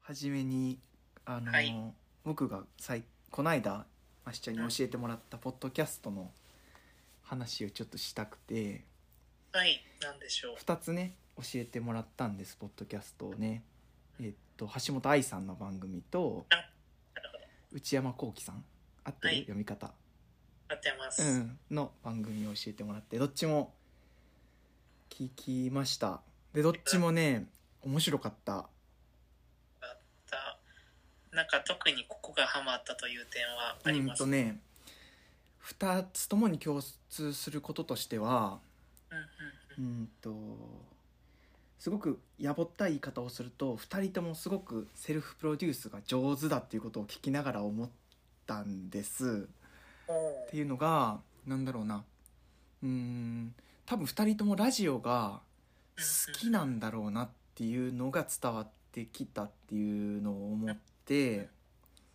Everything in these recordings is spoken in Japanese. はじめにあの、はい僕がさいこないだましちゃんに教えてもらったポッドキャストの話をちょっとしたくてはい、なんでしょう。 2つね教えてもらったんですポッドキャストをね。えっと橋本愛さんの番組となるほど。内山聖輝さん合ってる、はい読み方、合ってます。うん、の番組を教えてもらってどっちも聞きましたでどっちもね面白かっただなんか特にここがハマったという点はあうりんます。とね2つともに共通することとしてはうんうんう。うんんとすごくやぼったい言い方をすると2人ともすごくセルフプロデュースが上手だっていうことを聞きながら思ったんです。おっーていうのがなんだろうなうーん多分2人ともラジオが好きなんだろうなっていうのが伝わってきたっていうのを思って、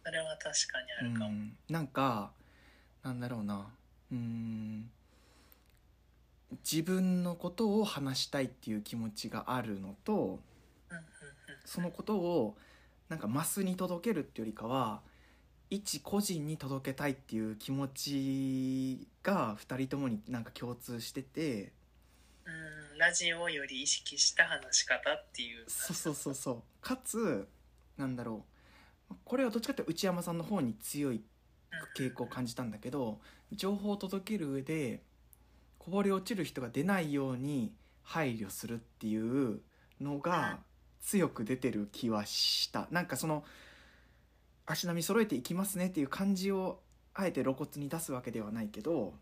それは確かにあうるかも。ん、なんかなんだろうなうーん自分のことを話したいっていう気持ちがあるのとうんうんそのことをなんかマスに届けるっていうよりかは一個人に届けたいっていう気持ちが2人ともになんか共通しててうん。うん、ラジオより意識した話し方っていう。そうそうそうそうかつなんだろうこれはどっちかっていうと内山さんの方に強い傾向を感じたんだけど情報を届ける上でこぼれ落ちる人が出ないように配慮するっていうのが強く出てる気はしたなんかその足並み揃えていきますねっていう感じをあえて露骨に出すわけではないけどうんう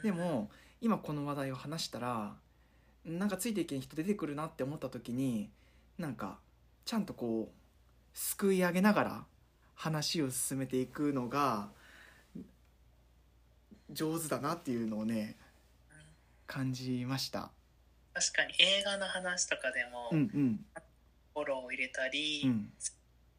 ん。でも今この話題を話したらなんかついていけん人出てくるなって思った時になんかちゃんとこうすくい上げながら話を進めていくのが上手だなっていうのをね感じました。確かに映画の話とかでも、うんうんフォローを入れたり、うん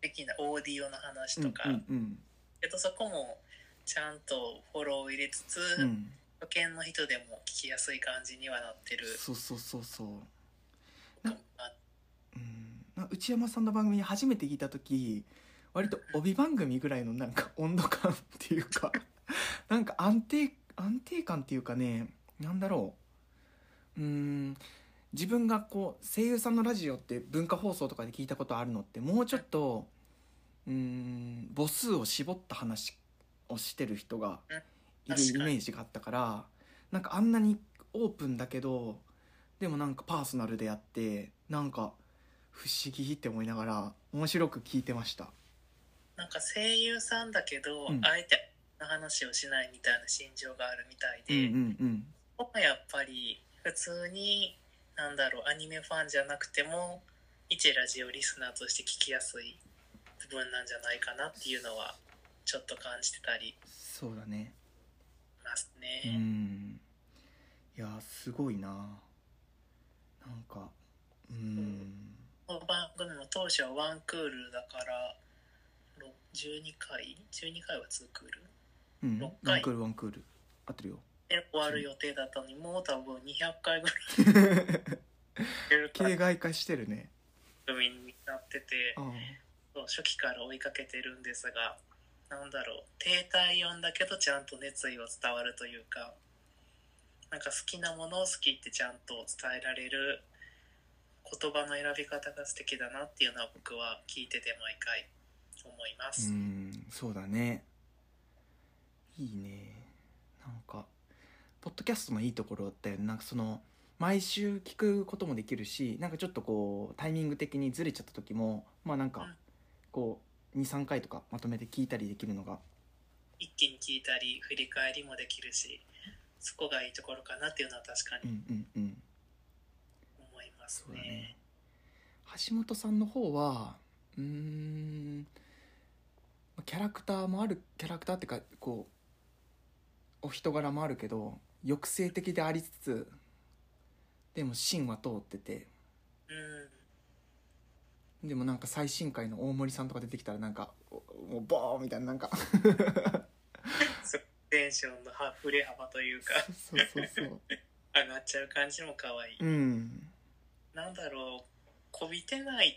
的なオーディオの話うんとか、うんうんえっとそこもちゃんとフォローを入れつつ、うん保険の人でも聞きやすい感じにはなってるそうそうそうそう。かもなうんなんか内山さんの番組初めて聞いた時割と帯番組ぐらいのなんか温度感っていうか なんか安定安定感っていうかねなんだろううん自分がこう声優さんのラジオって文化放送とかで聞いたことあるのってもうちょっとうん母数を絞った話をしてる人がいる確イかメにージがあったからなんかあんなにオープンだけどでもなんかパーソナルでやってなんか不思議って思いながら面白く聞いてましたなんか声優さんだけど、うんあえての話をしないみたいな心情があるみたいうんで、うん僕はやっぱり普通になんだろうアニメファンじゃなくても一ラジオリスナーとして聞きやすい部分なんじゃないかなっていうのはちょっと感じてたりそうだねしますね。うんいやすごいななんかうんこの番組も当初はワンクールだからろ12回12回はツークールうん六回ワンクールワンクール合ってる よで終わる予定だったのにもう多分200回ぐらい出る形骸化してるね番組になっててああそう初期から追いかけてるんですがなんだろう低体温だけどちゃんと熱意を伝わるというかなんか好きなものを好きってちゃんと伝えられる言葉の選び方が素敵だなっていうのは僕は聞いてて毎回思いまうす。んそうだねいいねなんかポッドキャストのいいところだったよねなんかその毎週聞くこともできるしなんかちょっとこうタイミング的にずれちゃった時もまあなんうかんこう23回とかまとめて聞いたりできるのが一気に聞いたり振り返りもできるしそこがいいところかなっていうのは確かうにんうんうん思いますそうだねね。橋本さんの方はうーんキャラクターもあるキャラクターっていうかこうお人柄もあるけど抑制的でありつつでも芯は通っててうでもなんか最新回の大森さんとか出てきたらなんかおもうボーンみたいななんかんそうテンションのは振れ幅というかそうそうそう上がっちゃう感じも可愛い、うんなんだろうこびてない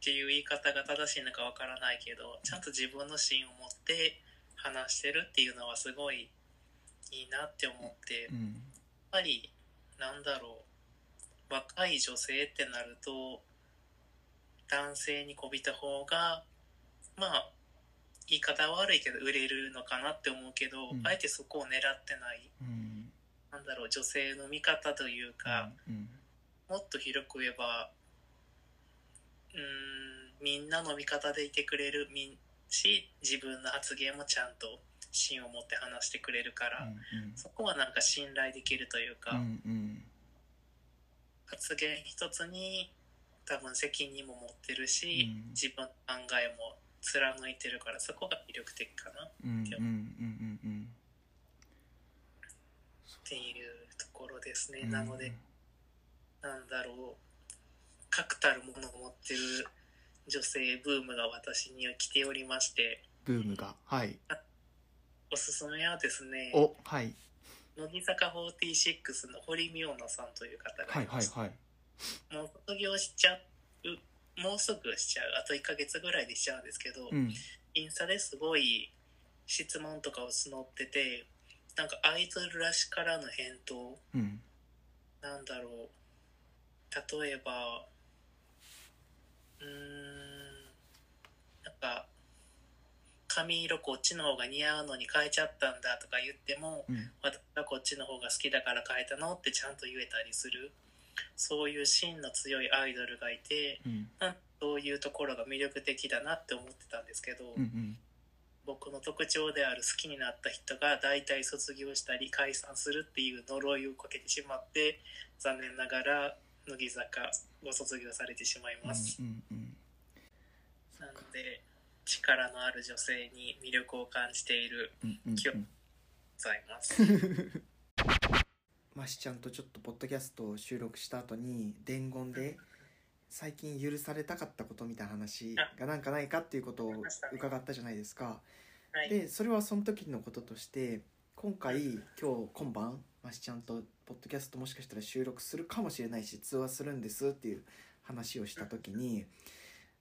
っていう言い方が正しいのかわからないけどちゃんと自分の芯を持って話してるっていうのはすごいいいなって思ってうやっんぱりなんだろう若い女性ってなると男性にこびた方がまあ言い方は悪いけど売れるのかなって思うけど、うんあえてそこを狙ってないうんなんだろう女性の見方というか、うんもっと広く言えばうーんみんなの味方でいてくれるみんし自分の発言もちゃんと芯を持って話してくれるから、そこはなんか信頼できるというか、うんうん発言一つに多分責任も持ってるし、うん自分の考えも貫いてるからそこが魅力的かなっうんうんうんうんうんていうところですね、うんなのでなんだろう確たるものを持ってる女性ブームが私には来ておりましてブームがはいおすすめはですねおはい乃木坂46の堀美央奈さんという方はがいいまはいす、はいもう卒業しちゃうもうすぐしちゃうあと1ヶ月ぐらいでしちゃうんですけど、うんインスタですごい質問とかを募っててなんかアイドルらしからぬ返答うんなんだろう例えばうーんなんか髪色こっちの方が似合うのに変えちゃったんだとか言ってもうん私はこっちの方が好きだから変えたのってちゃんと言えたりするそういう芯の強いアイドルがいてうんなんそういうところが魅力的だなって思ってたんですけど、うんうん僕の特徴である好きになった人が大体卒業したり解散するっていう呪いをかけてしまって残念ながら乃木坂を卒業されてしまいます、うんうんなので力のある女性に魅力を感じているうんうん今日ございます ましちゃんとちょっとポッドキャストを収録した後に伝言で最近許されたかったことみたいな話がなんかないかっていうことを伺ったじゃないですか。はいでそれはその時のこととして今回今日今晩ましちゃんとポッドキャストもしかしたら収録するかもしれないし通話するんですっていう話をした時に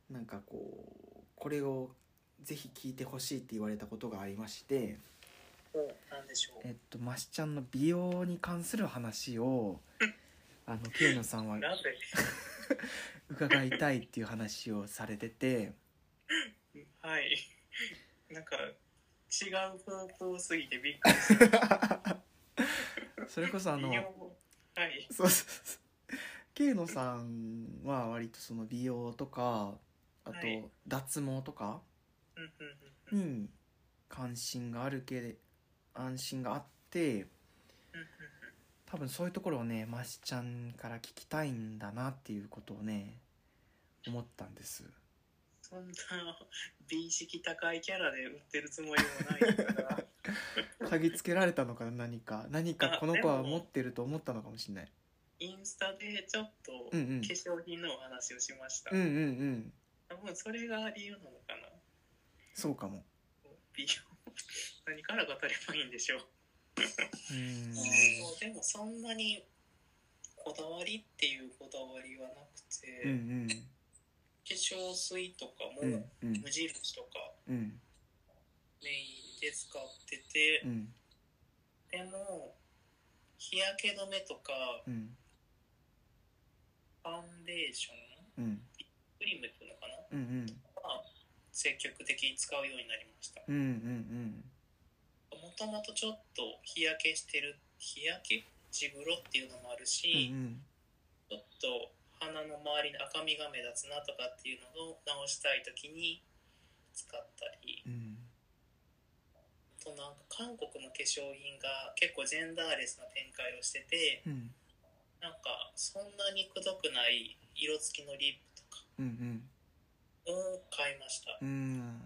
なんかこうこれをぜひ聞いてほしいって言われたことがありまして。おなんでしょうえっと、ましちゃんの美容に関する話をあの清野さんはなんで伺いたいっていう話をされててはい なんか違う方向すぎてびっくりしそれこそたあのはいそうそうそう清野さんは割とその美容とかあとはい脱毛とかうんうんうんうんに関心があるけれ安心があってうんうん多分そういうところをねましちゃんから聞きたいんだなっていうことをね思ったんです。そんな美意識高いキャラで売ってるつもりもな いから嗅ぎつけられたのかな何か何かこの子は持ってると思ったのかもしれないインスタでちょっとう化んうん粧品のお話をしました、うんうんうん多分それが理由なのかなそうかも美容 何から語ればいいんでしょう、うーんそうでもそんなにこだわりっていうこだわりはなくて、うん化粧水とかうんもうんうん無印とかうんメインで使ってて、うんでも日焼け止めとかうんファンデーションうんクリームっていうのかなうんうんは積極的に使うようになりましたうんうんもともとちょっと日焼けしてる日焼け地黒っていうのもあるうんうんし、ちょっと鼻の周りの赤みが目立つなとかっていうのを直したい時に使ったりうんあとなんか韓国の化粧品が結構ジェンダーレスな展開をしててうんなんかそんなにくどくない色付きのリップとかうんを買いましたうん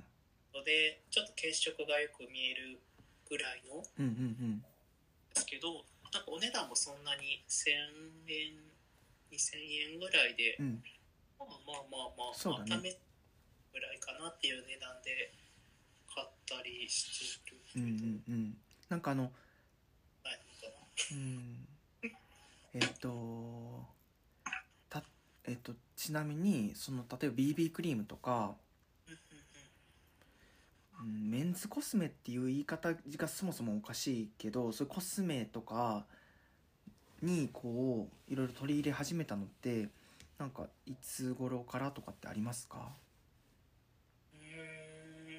うんのでちょっと血色がよく見えるぐらいのうんうんですけどなんかお値段もそんなに1,000円2,000円ぐらいで、うんうんまあまあまあまあそうだね温めぐらいかなっていう値段で買ったりしてるけうど、んうんなんかあのないのかなうんえっとたえっとちなみにその例えば BB クリームとか、うんうんうん、メンズコスメっていう言い方がそもそもおかしいけどそういうコスメとかにこういろいろ取り入れ始めたのってなんかいつ頃からとかってありますかうんうーん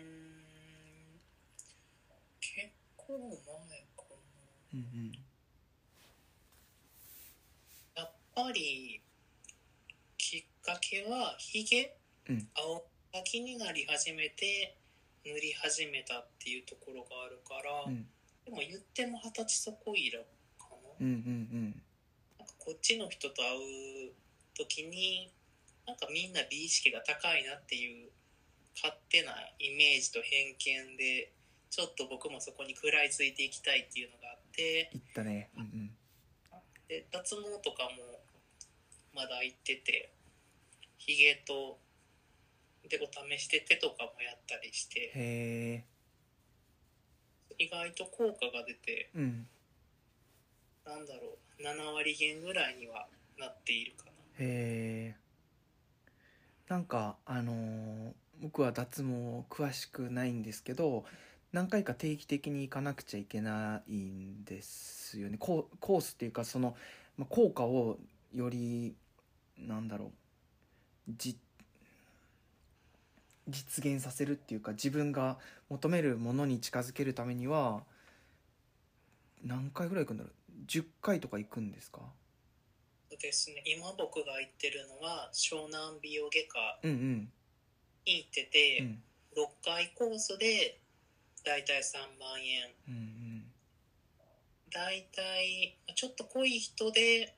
結構前かうんうんなやっぱりきっかけはひげ、うん青先になり始めて塗り始めたっていうところがあるから、うんでも言っても二十歳そこいらかな、うんうんなんかこっちの人と会う時になんかみんな美意識が高いなっていう勝手なイメージと偏見でちょっと僕もそこに食らいついていきたいっていうのがあっていったねうんうんで脱毛とかもまだ行っててひげとでお試して手とかもやったりしてへえ意外と効果が出てうんなんだろう7割減ぐらいにはなっているかな。へえなんかあのー僕は脱毛詳しくないんですけど何回か定期的に行かなくちゃいけないんですよねコーコースっていうかその、まあ、効果をよりなんだろうじ実現させるっていうか自分が求めるものに近づけるためには何回ぐらい行くんだろう10回とか行くんですかそうですね今僕が行ってるのは湘南美容外科うんうんに行ってて、うん6回コースでだいたい3万円うんだいたいちょっと濃い人で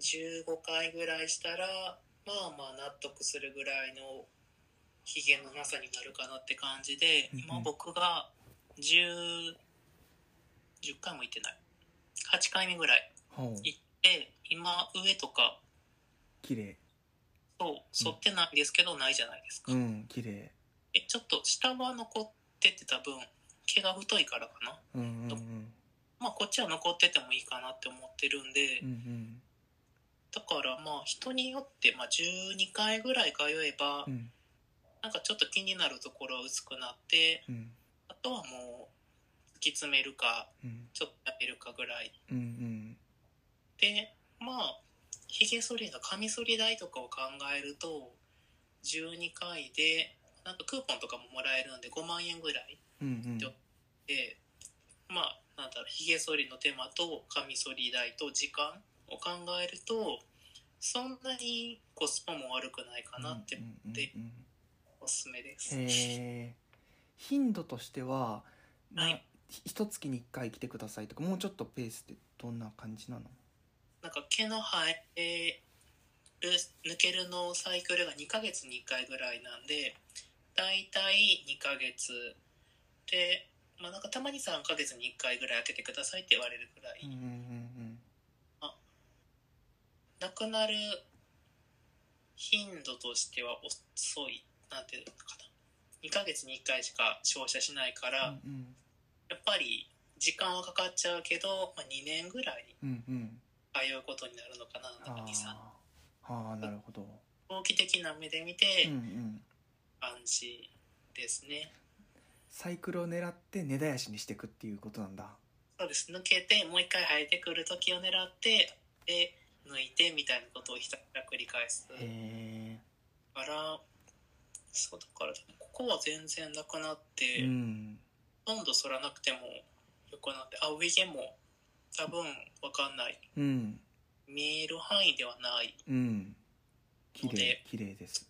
15回ぐらいしたらまあまあ納得するぐらいのひげのなさになるかなって感じでうんうん今僕が 10, 10回も行ってない8回目ぐらいうん。ほう。行って今上とか綺麗。そう反ってないですけどないじゃないですか。うん、綺麗。えちょっと下は残っててた分毛が太いからかうなんうんうん。まあこっちは残っててもいいかなって思ってるんで、うんうん。だからまあ人によってまあ12回ぐらい通えば、うんなんかちょっと気になるところは薄くなってうんあとはもう突き詰めるかうんちょっとやめるかぐらいうんうん。でまあひげ剃りのカミソリ代とかを考えると12回でなんかクーポンとかももらえるんで5万円ぐらいうんうん。でまあなんだろうひげ剃りの手間とカミソリ代と時間を考えるとそんなにコスパも悪くないかなってうんうんでうんおすすめです、へえ。頻度としては、まはあい、一月に一回来てくださいとか、もうちょっとペースってどんな感じなのなんか毛の生える抜けるのサイクルが2ヶ月に1回ぐらいなんでだいたい2ヶ月で、まあ、なんかたまに3ヶ月に1回ぐらい開けてくださいって言われるぐらい、うんうんうんなくなる頻度としては遅いなんていうのかな2ヶ月に1回しか照射しないから、うん。うんやっぱり時間はかかっちゃうけど、まあ、2年ぐらいうん。うんうん。通うことになるのかななんあか23あ。ああ、なるほど。長期的な目で見うてんうん。感じですね、サイクルを狙って根絶やしにしていくっていうことなんだ。そうです抜けてもう一回生えてくる時を狙ってで抜いてみたいなことをひたすら繰り返すへえ。からそうだからここは全然なくなって。うん。ほとんど剃らなくてもよくなってあ上毛も多分わかんないうん。見える範囲ではないうん。綺の麗で、綺麗です。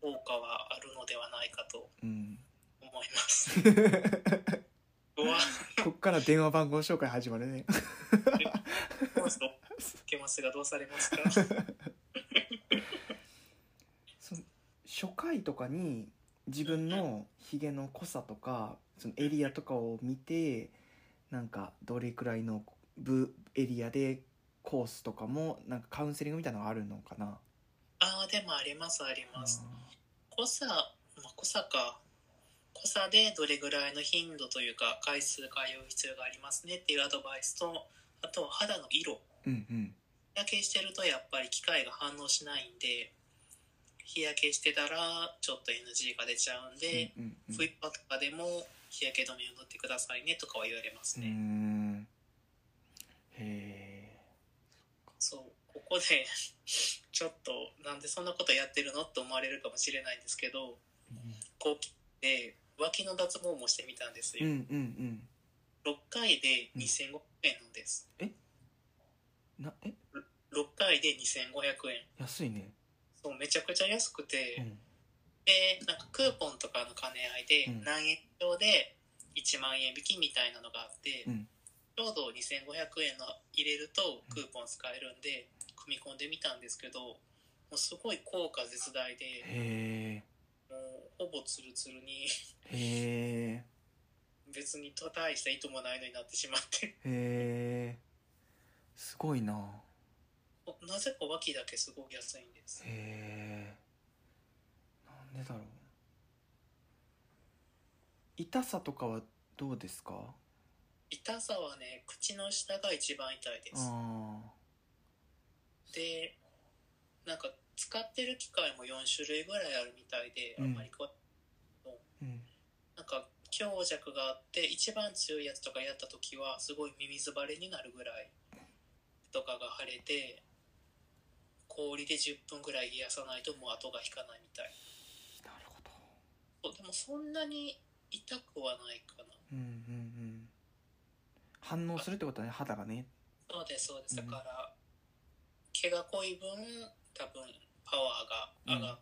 効果はあるのではないかとうん。思います うわこっから電話番号紹介始まるね。どうぞ受けますがどうされますか その初回とかに自分のヒゲの濃さとか、そのエリアとかを見て、なんかどれくらいの部エリアでコースとかもなんかカウンセリングみたいなのがあるのかな。ああでもありますありあます濃さ、まあ、濃さか濃さでどれぐらいの頻度というか回数通う必要がありますねっていうアドバイスとあとは肌の色ーうんうん。日焼けしてるとやっぱり機械が反応しないんで日焼けしてたらちょっと NG が出ちゃうんで、うんうん冬場とかでも日焼け止めを塗ってくださいねとかは言われますうね、んへそうここで ちょっとなんでそんなことやってるのって思われるかもしれないんですけどこう来て脇の脱毛もしてみたんですえうよ、んうんうん6回で2500円なんですなえ6回で2500円安いねそうめちゃくちゃ安くて、うんでなんかクーポンとかの兼ね合いでうん何円上で1万円引きみたいなのがあって、うんちょうど2500円の入れるとクーポン使えるんで組み込んでみたんですけどもうすごい効果絶大でへもうほぼツルツルにえへえ別に大した意図もないのになってしまってへ えすごいななぜか脇だけすごく安いんですへえなんでだろう痛さとかはどうですか痛さはね口の下が一番痛いですあでなんか使ってる機械も4種類ぐらいあるみたいで、うんあんまりこうーうんなんか強弱があって一番強いやつとかやった時はすごい耳ずばれになるぐらいとかが腫れて氷で10分ぐらい冷やさないともう後が引かないみたいなるほどそうでもそんなに痛くはないかなうんうんうん反応するってことはね肌がねそうですそうですうだんから毛が濃い分多分パワーが上がっ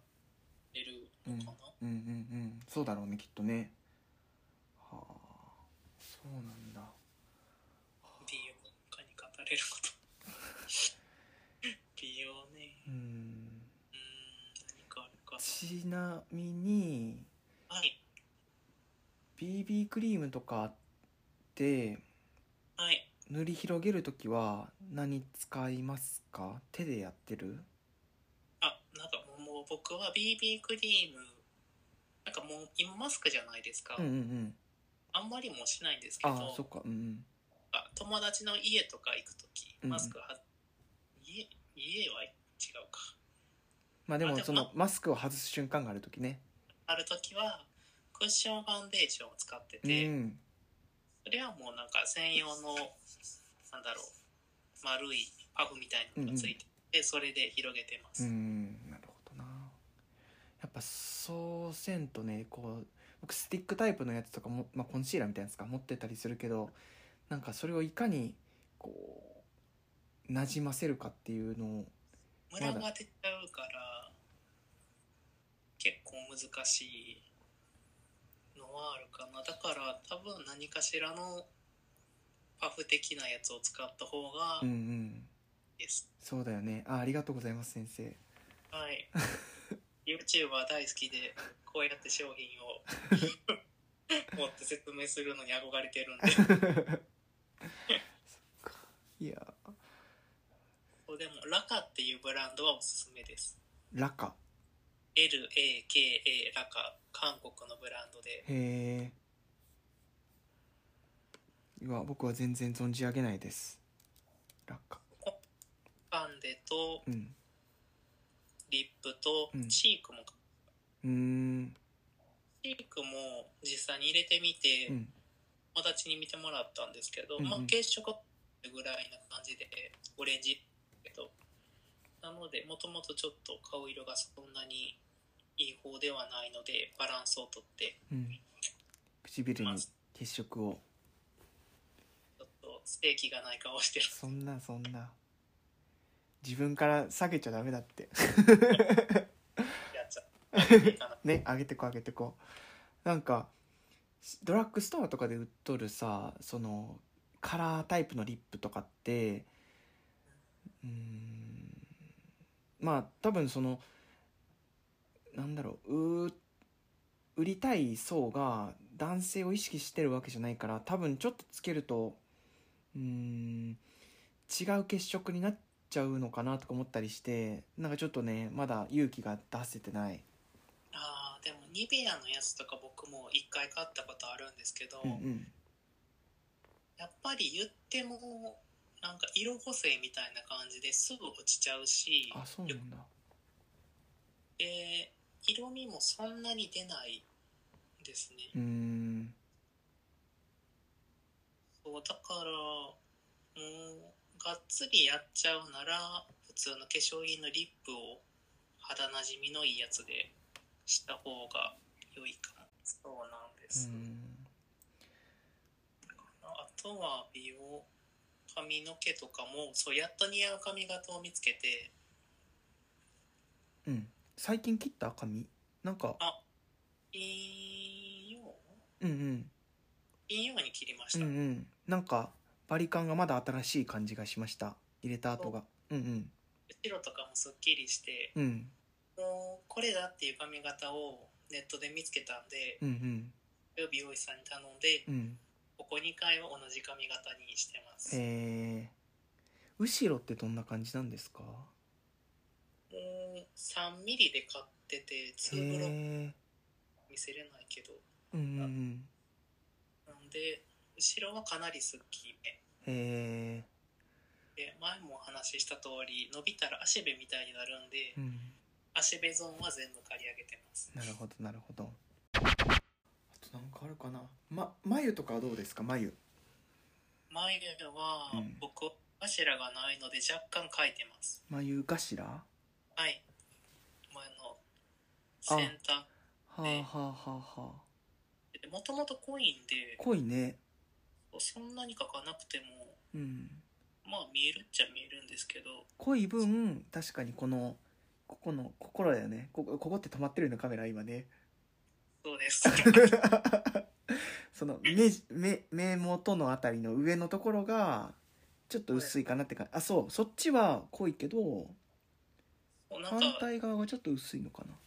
てるのかな、うんうんうんそうだろうねきっとねはあそうなんだ美容家に語れること 美容ねうんうーん何かあるかちなみになはい BB クリームとかってはい塗り広げる時は何使いますか手でやってるあなんかもうもう僕は BB クリームなんかもう今マスクじゃないですか、うんうんうんあんまりもしないんですけどああそっかうんあ友達の家とか行く時うんマスクは、家家は違うかまあであもでもそのマスクを外す瞬間がある時ねある時はクッションファンデーションを使ってうて、んそれはもうなんか専用のなんだろう丸いパフみたいなのがついてて、それで広げてまうす、んなるほどなやっぱそうせんとねこう僕スティックタイプのやつとかも、まあ、コンシーラーみたいなやつか持ってたりするけどなんかそれをいかにこうなじませるかっていうのをムラが出ちゃうから結構難しいのはあるかなだから多分何かしらのパフ的なやつを使った方がういんういんです、そうだよねあありがとうございます先生はい YouTuber 大好きでこうやって商品を持って説明するのに憧れてるんでいやそうでもラカっていうブランドはおすすめですラカ LAKA ラカ韓国のブランドでへえうわ僕は全然存じ上げないですラカパンデとうんリップとうんチークも、うーんチークも実際に入れてみて、うん友達に見てもらったんですけど、うんうんまあ血色ぐらいな感じでオレンジけどなのでもともとちょっと顔色がそんなにいい方ではないのでバランスをとってうん唇に血色をちょっとステーキがない顔してるそんなそんな自分から下げちゃダメだってや つはいいかなね上げてこ上げてこなんかドラッグストアとかで売っとるさそのカラータイプのリップとかってうーんまあ多分そのなんだろうう売りたい層が男性を意識してるわけじゃないから多分ちょっとつけるとうーん違う血色になっちゃうのかなとか思ったりしてなんかちょっとねまだ勇気が出せてない。あーでもニベアのやつとか僕も一回買ったことあるんですけど、うんうんやっぱり言ってもなんか色補正みたいな感じですぐ落ちちゃうしあそうなんだで色味もそんなに出ないですねうーんそうだからもうがっつりやっちゃうなら普通の化粧品のリップを肌なじみのいいやつでした方が良いかもそうなんでうす、んあとは美容髪の毛とかもそうやっと似合う髪型を見つけてうん最近切った髪なんか金曜うんうん金曜に切りまうしんた、うんなんかバリカンがまだ新しい感じがしました入れた後がうん白とかもすっきりしてうんうんもうこれだっていう髪型をネットで見つけたんでうん美容師さんに頼んでうんうんここ2回は同じ髪型にしてますもえー、後ろってどんな感じなんですかう3ミリで買っててへ2ブロックえ見せれないけどうんうんうんなんで後ろはかなりすっきりめへえで前もお話しした通り伸びたら足部みたいになるんで、うん足部ゾーンは全部刈り上げてますなるほどなるほどあとなんかあるかなま眉とかはどうですか眉眉はうん僕柱がないので若干描いてます眉頭ははい前のセンタあはあはあはあーでもともと濃いんで濃いねそんなに描かなくてもうんまあ見えるっちゃ見えるんですけど濃い分確かにこのここの心だよねここここって止まってるのカメラ今ね そうですその目じ目目元のあたりの上のところがちょっと薄いかなって感じあそうそっちは濃いけどもうなん反か対側がちょっと薄いのかな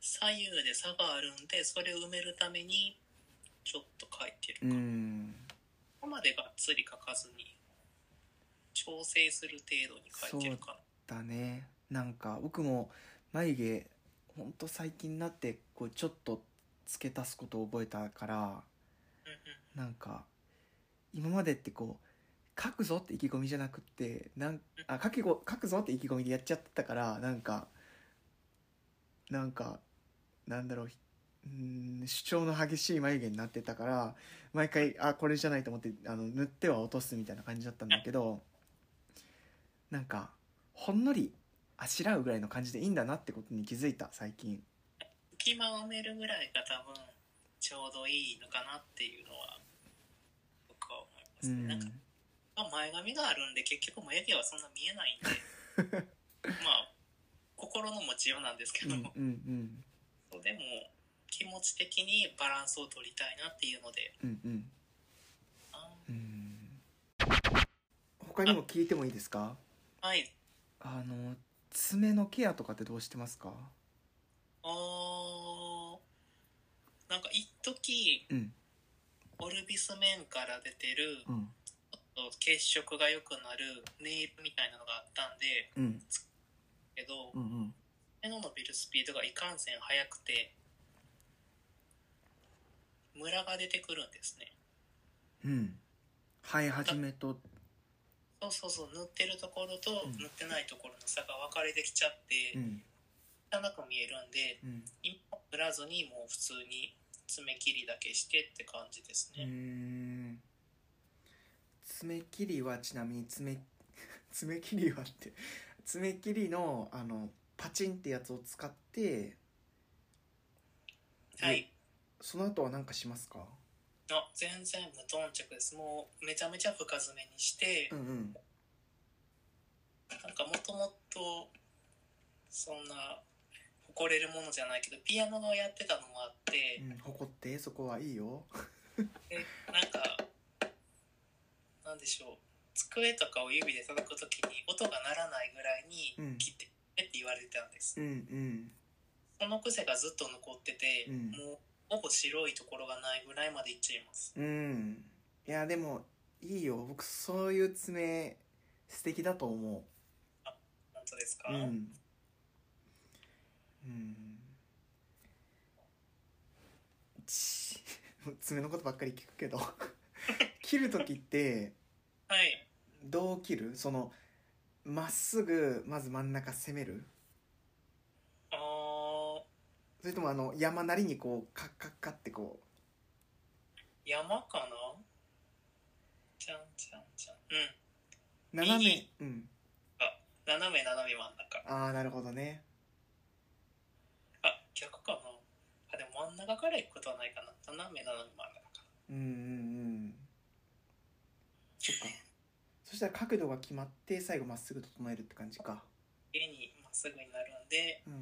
左右で差があるんでそれを埋めるためにちょっと描いてるうかな、んそこまでがっつり書かずに調整する程度に書いてるかだねなんか僕も眉毛ほんと最近になってこうちょっと付け足すことを覚えたからなうんうんなんか今までってこう書くぞって意気込みじゃなくってなんあ書きご書くぞって意気込みでやっちゃってたからなんかなんかなんだろうひうーん主張の激しい眉毛になってたから毎回あこれじゃないと思ってあの塗っては落とすみたいな感じだったんだけどなんかほんのりあしらうぐらいの感じでいいんだなってことに気づいた最近隙間を埋めるぐらいが多分ちょうどいいのかなっていうのは僕は思いますうね、なんかんまあ前髪があるんで結局眉毛はそんな見えないんで まあ心の持ちようなんですけうんど、うんうんでも気持ち的にバランスを取りたいなっていうのでうんうんあうん他にも聞いてもいいですかはいあの爪のケアとかってどうしてますかあーなんか一時うんオルビス面から出てるうん血色が良くなるネイルみたいなのがあったんでうんけどうんうん手の伸びるスピードがいかんせん速くてムラが出てくるんですねうん生え始めとそうそうそう塗ってるところとうん塗ってないところの差が分かれてきちゃってん汚く見えるんでうん今塗らずにもう普通に爪切りだけしてって感じですうーねん爪切りはちなみに爪 爪切りはって爪切りのあのパチンってやつを使ってうんはいその後は何かしますかあ全然無頓着ですもうめちゃめちゃ深爪にしてうんうんなんかもともとそんな誇れるものじゃないけどピアノをやってたのもあってうん誇ってそこはいいよでなんかなんでしょう机とかを指で叩く時に音が鳴らないぐらいにうん切ってって言われてたんです、うんうんその癖がずっと残ってて、うんもうほぼ白いところがないぐらいまでいっちゃいますうんいやでもいいよ僕そういう爪素敵だと思本当ですか、ううん、うん、 ち爪のことばっかり聞くけど切る時ってはい。どう切るそのまっすぐまず真ん中攻めるあー、それともあの山なりにこうカッカッカッってこ山かなじゃんじゃんじゃん。うん。う斜め右うん斜め斜め真ん中。ああなるほどねあ、逆かなあ、でも真ん中から行くことはないかな。斜め斜め真ん中か。うんうんうんそっかそしたら角度が決まって最後まっすぐ整えるって感じか家にまっすぐになるんで、うんうん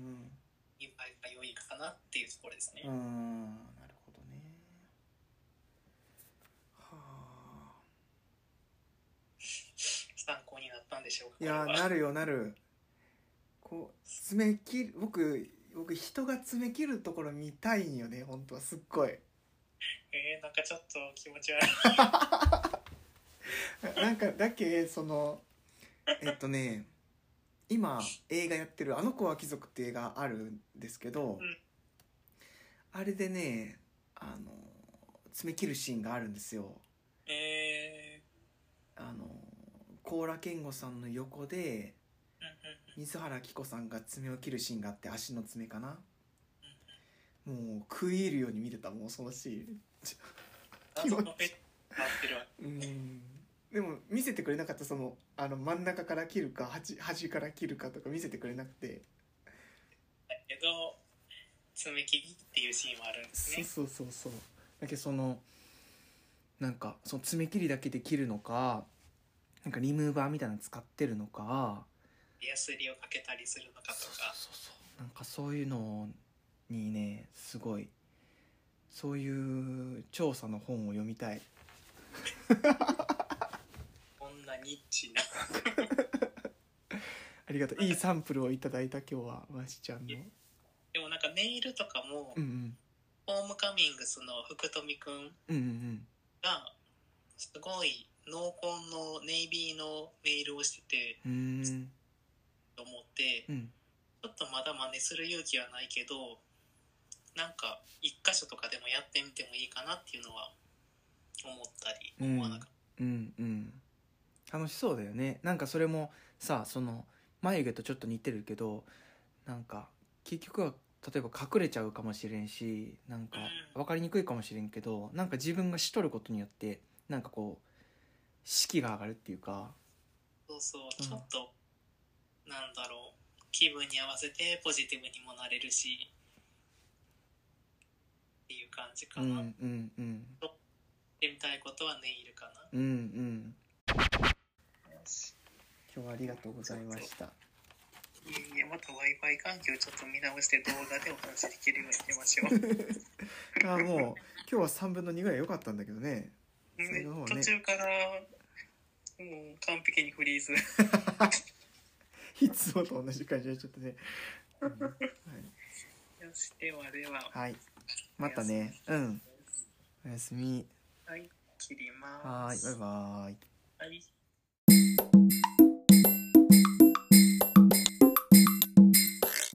いっぱいが良いかなっていうところですね。うーんなるほどねはあ参考になったんでしょうかいやこれーなはるよなるこう詰め切る僕僕人が詰め切るところ見たいんよね本当はすっごいえー、なんかちょっと気持ち悪い。 ななんかだけそのえっとね今映画やってる「あの子は貴族」って映画あるんですけど、うんあれでねあの詰め切るシーンがあるんですよえあの高良健吾さんの横でー、うんうんうん。水原希子さんが爪を切るシーンがあって足の爪かなもう食い入るように見てたもう恐ろしい気持ち謎のペット合ってるわ。うんでも見せてくれなかったそのあの真ん中から切るか端端から切るかとか見せてくれなくてだけど、爪切りっていうシーンもあるんですそうね。そうそうそうだけどそのなんかその爪切りだけで切るのかなんかリムーバーみたいなの使ってるのかヤスリをかけたりするのかとそうそうか。そうそうなんかそういうのにねすごいそういう調査の本を読みたいこんなニッチな。ありがとういいサンプルをいただいた今日はわしちゃんのでもなんかネイルとかも、うんホームカミングスの福富くんうんうんうんが、すごい濃紺のネイビーのネイルをしてて、うんうーんと思って、うんちょっとまだ真似する勇気はないけど、なんか一箇所とかでもやってみてもいいかなっていうのは思ったり、うん思わなかっうんうん楽しそうだよねなんかそれもさその眉毛とちょっと似てるけどなんか結局は例えば隠れちゃうかもしれんしなんかう分かりにくいかもしれんけどなんか自分がしとることによってなんかこう士気が上がるっていうかた。そううそんう、ちょっと、なんだろう、気分に合わせてポジティブにもなれるし、っていう感じかうんな。うやっんうんてみたいことはネイルかな。うんうんい今日はありがとうございましたえいえ、また Wi-Fi 環境ちょっと見直して動画でお話できるようにしましょう。あーもう今日は3分の2ぐらい良かったんだけどね それの方ね途中から、もう完璧にフリーズ。いつもと同じ感じでちょっとね、うんはいよし、ではでは、はい。またね。うん。おやすみ。はい、切りまはーい。す。バイバーイ。はい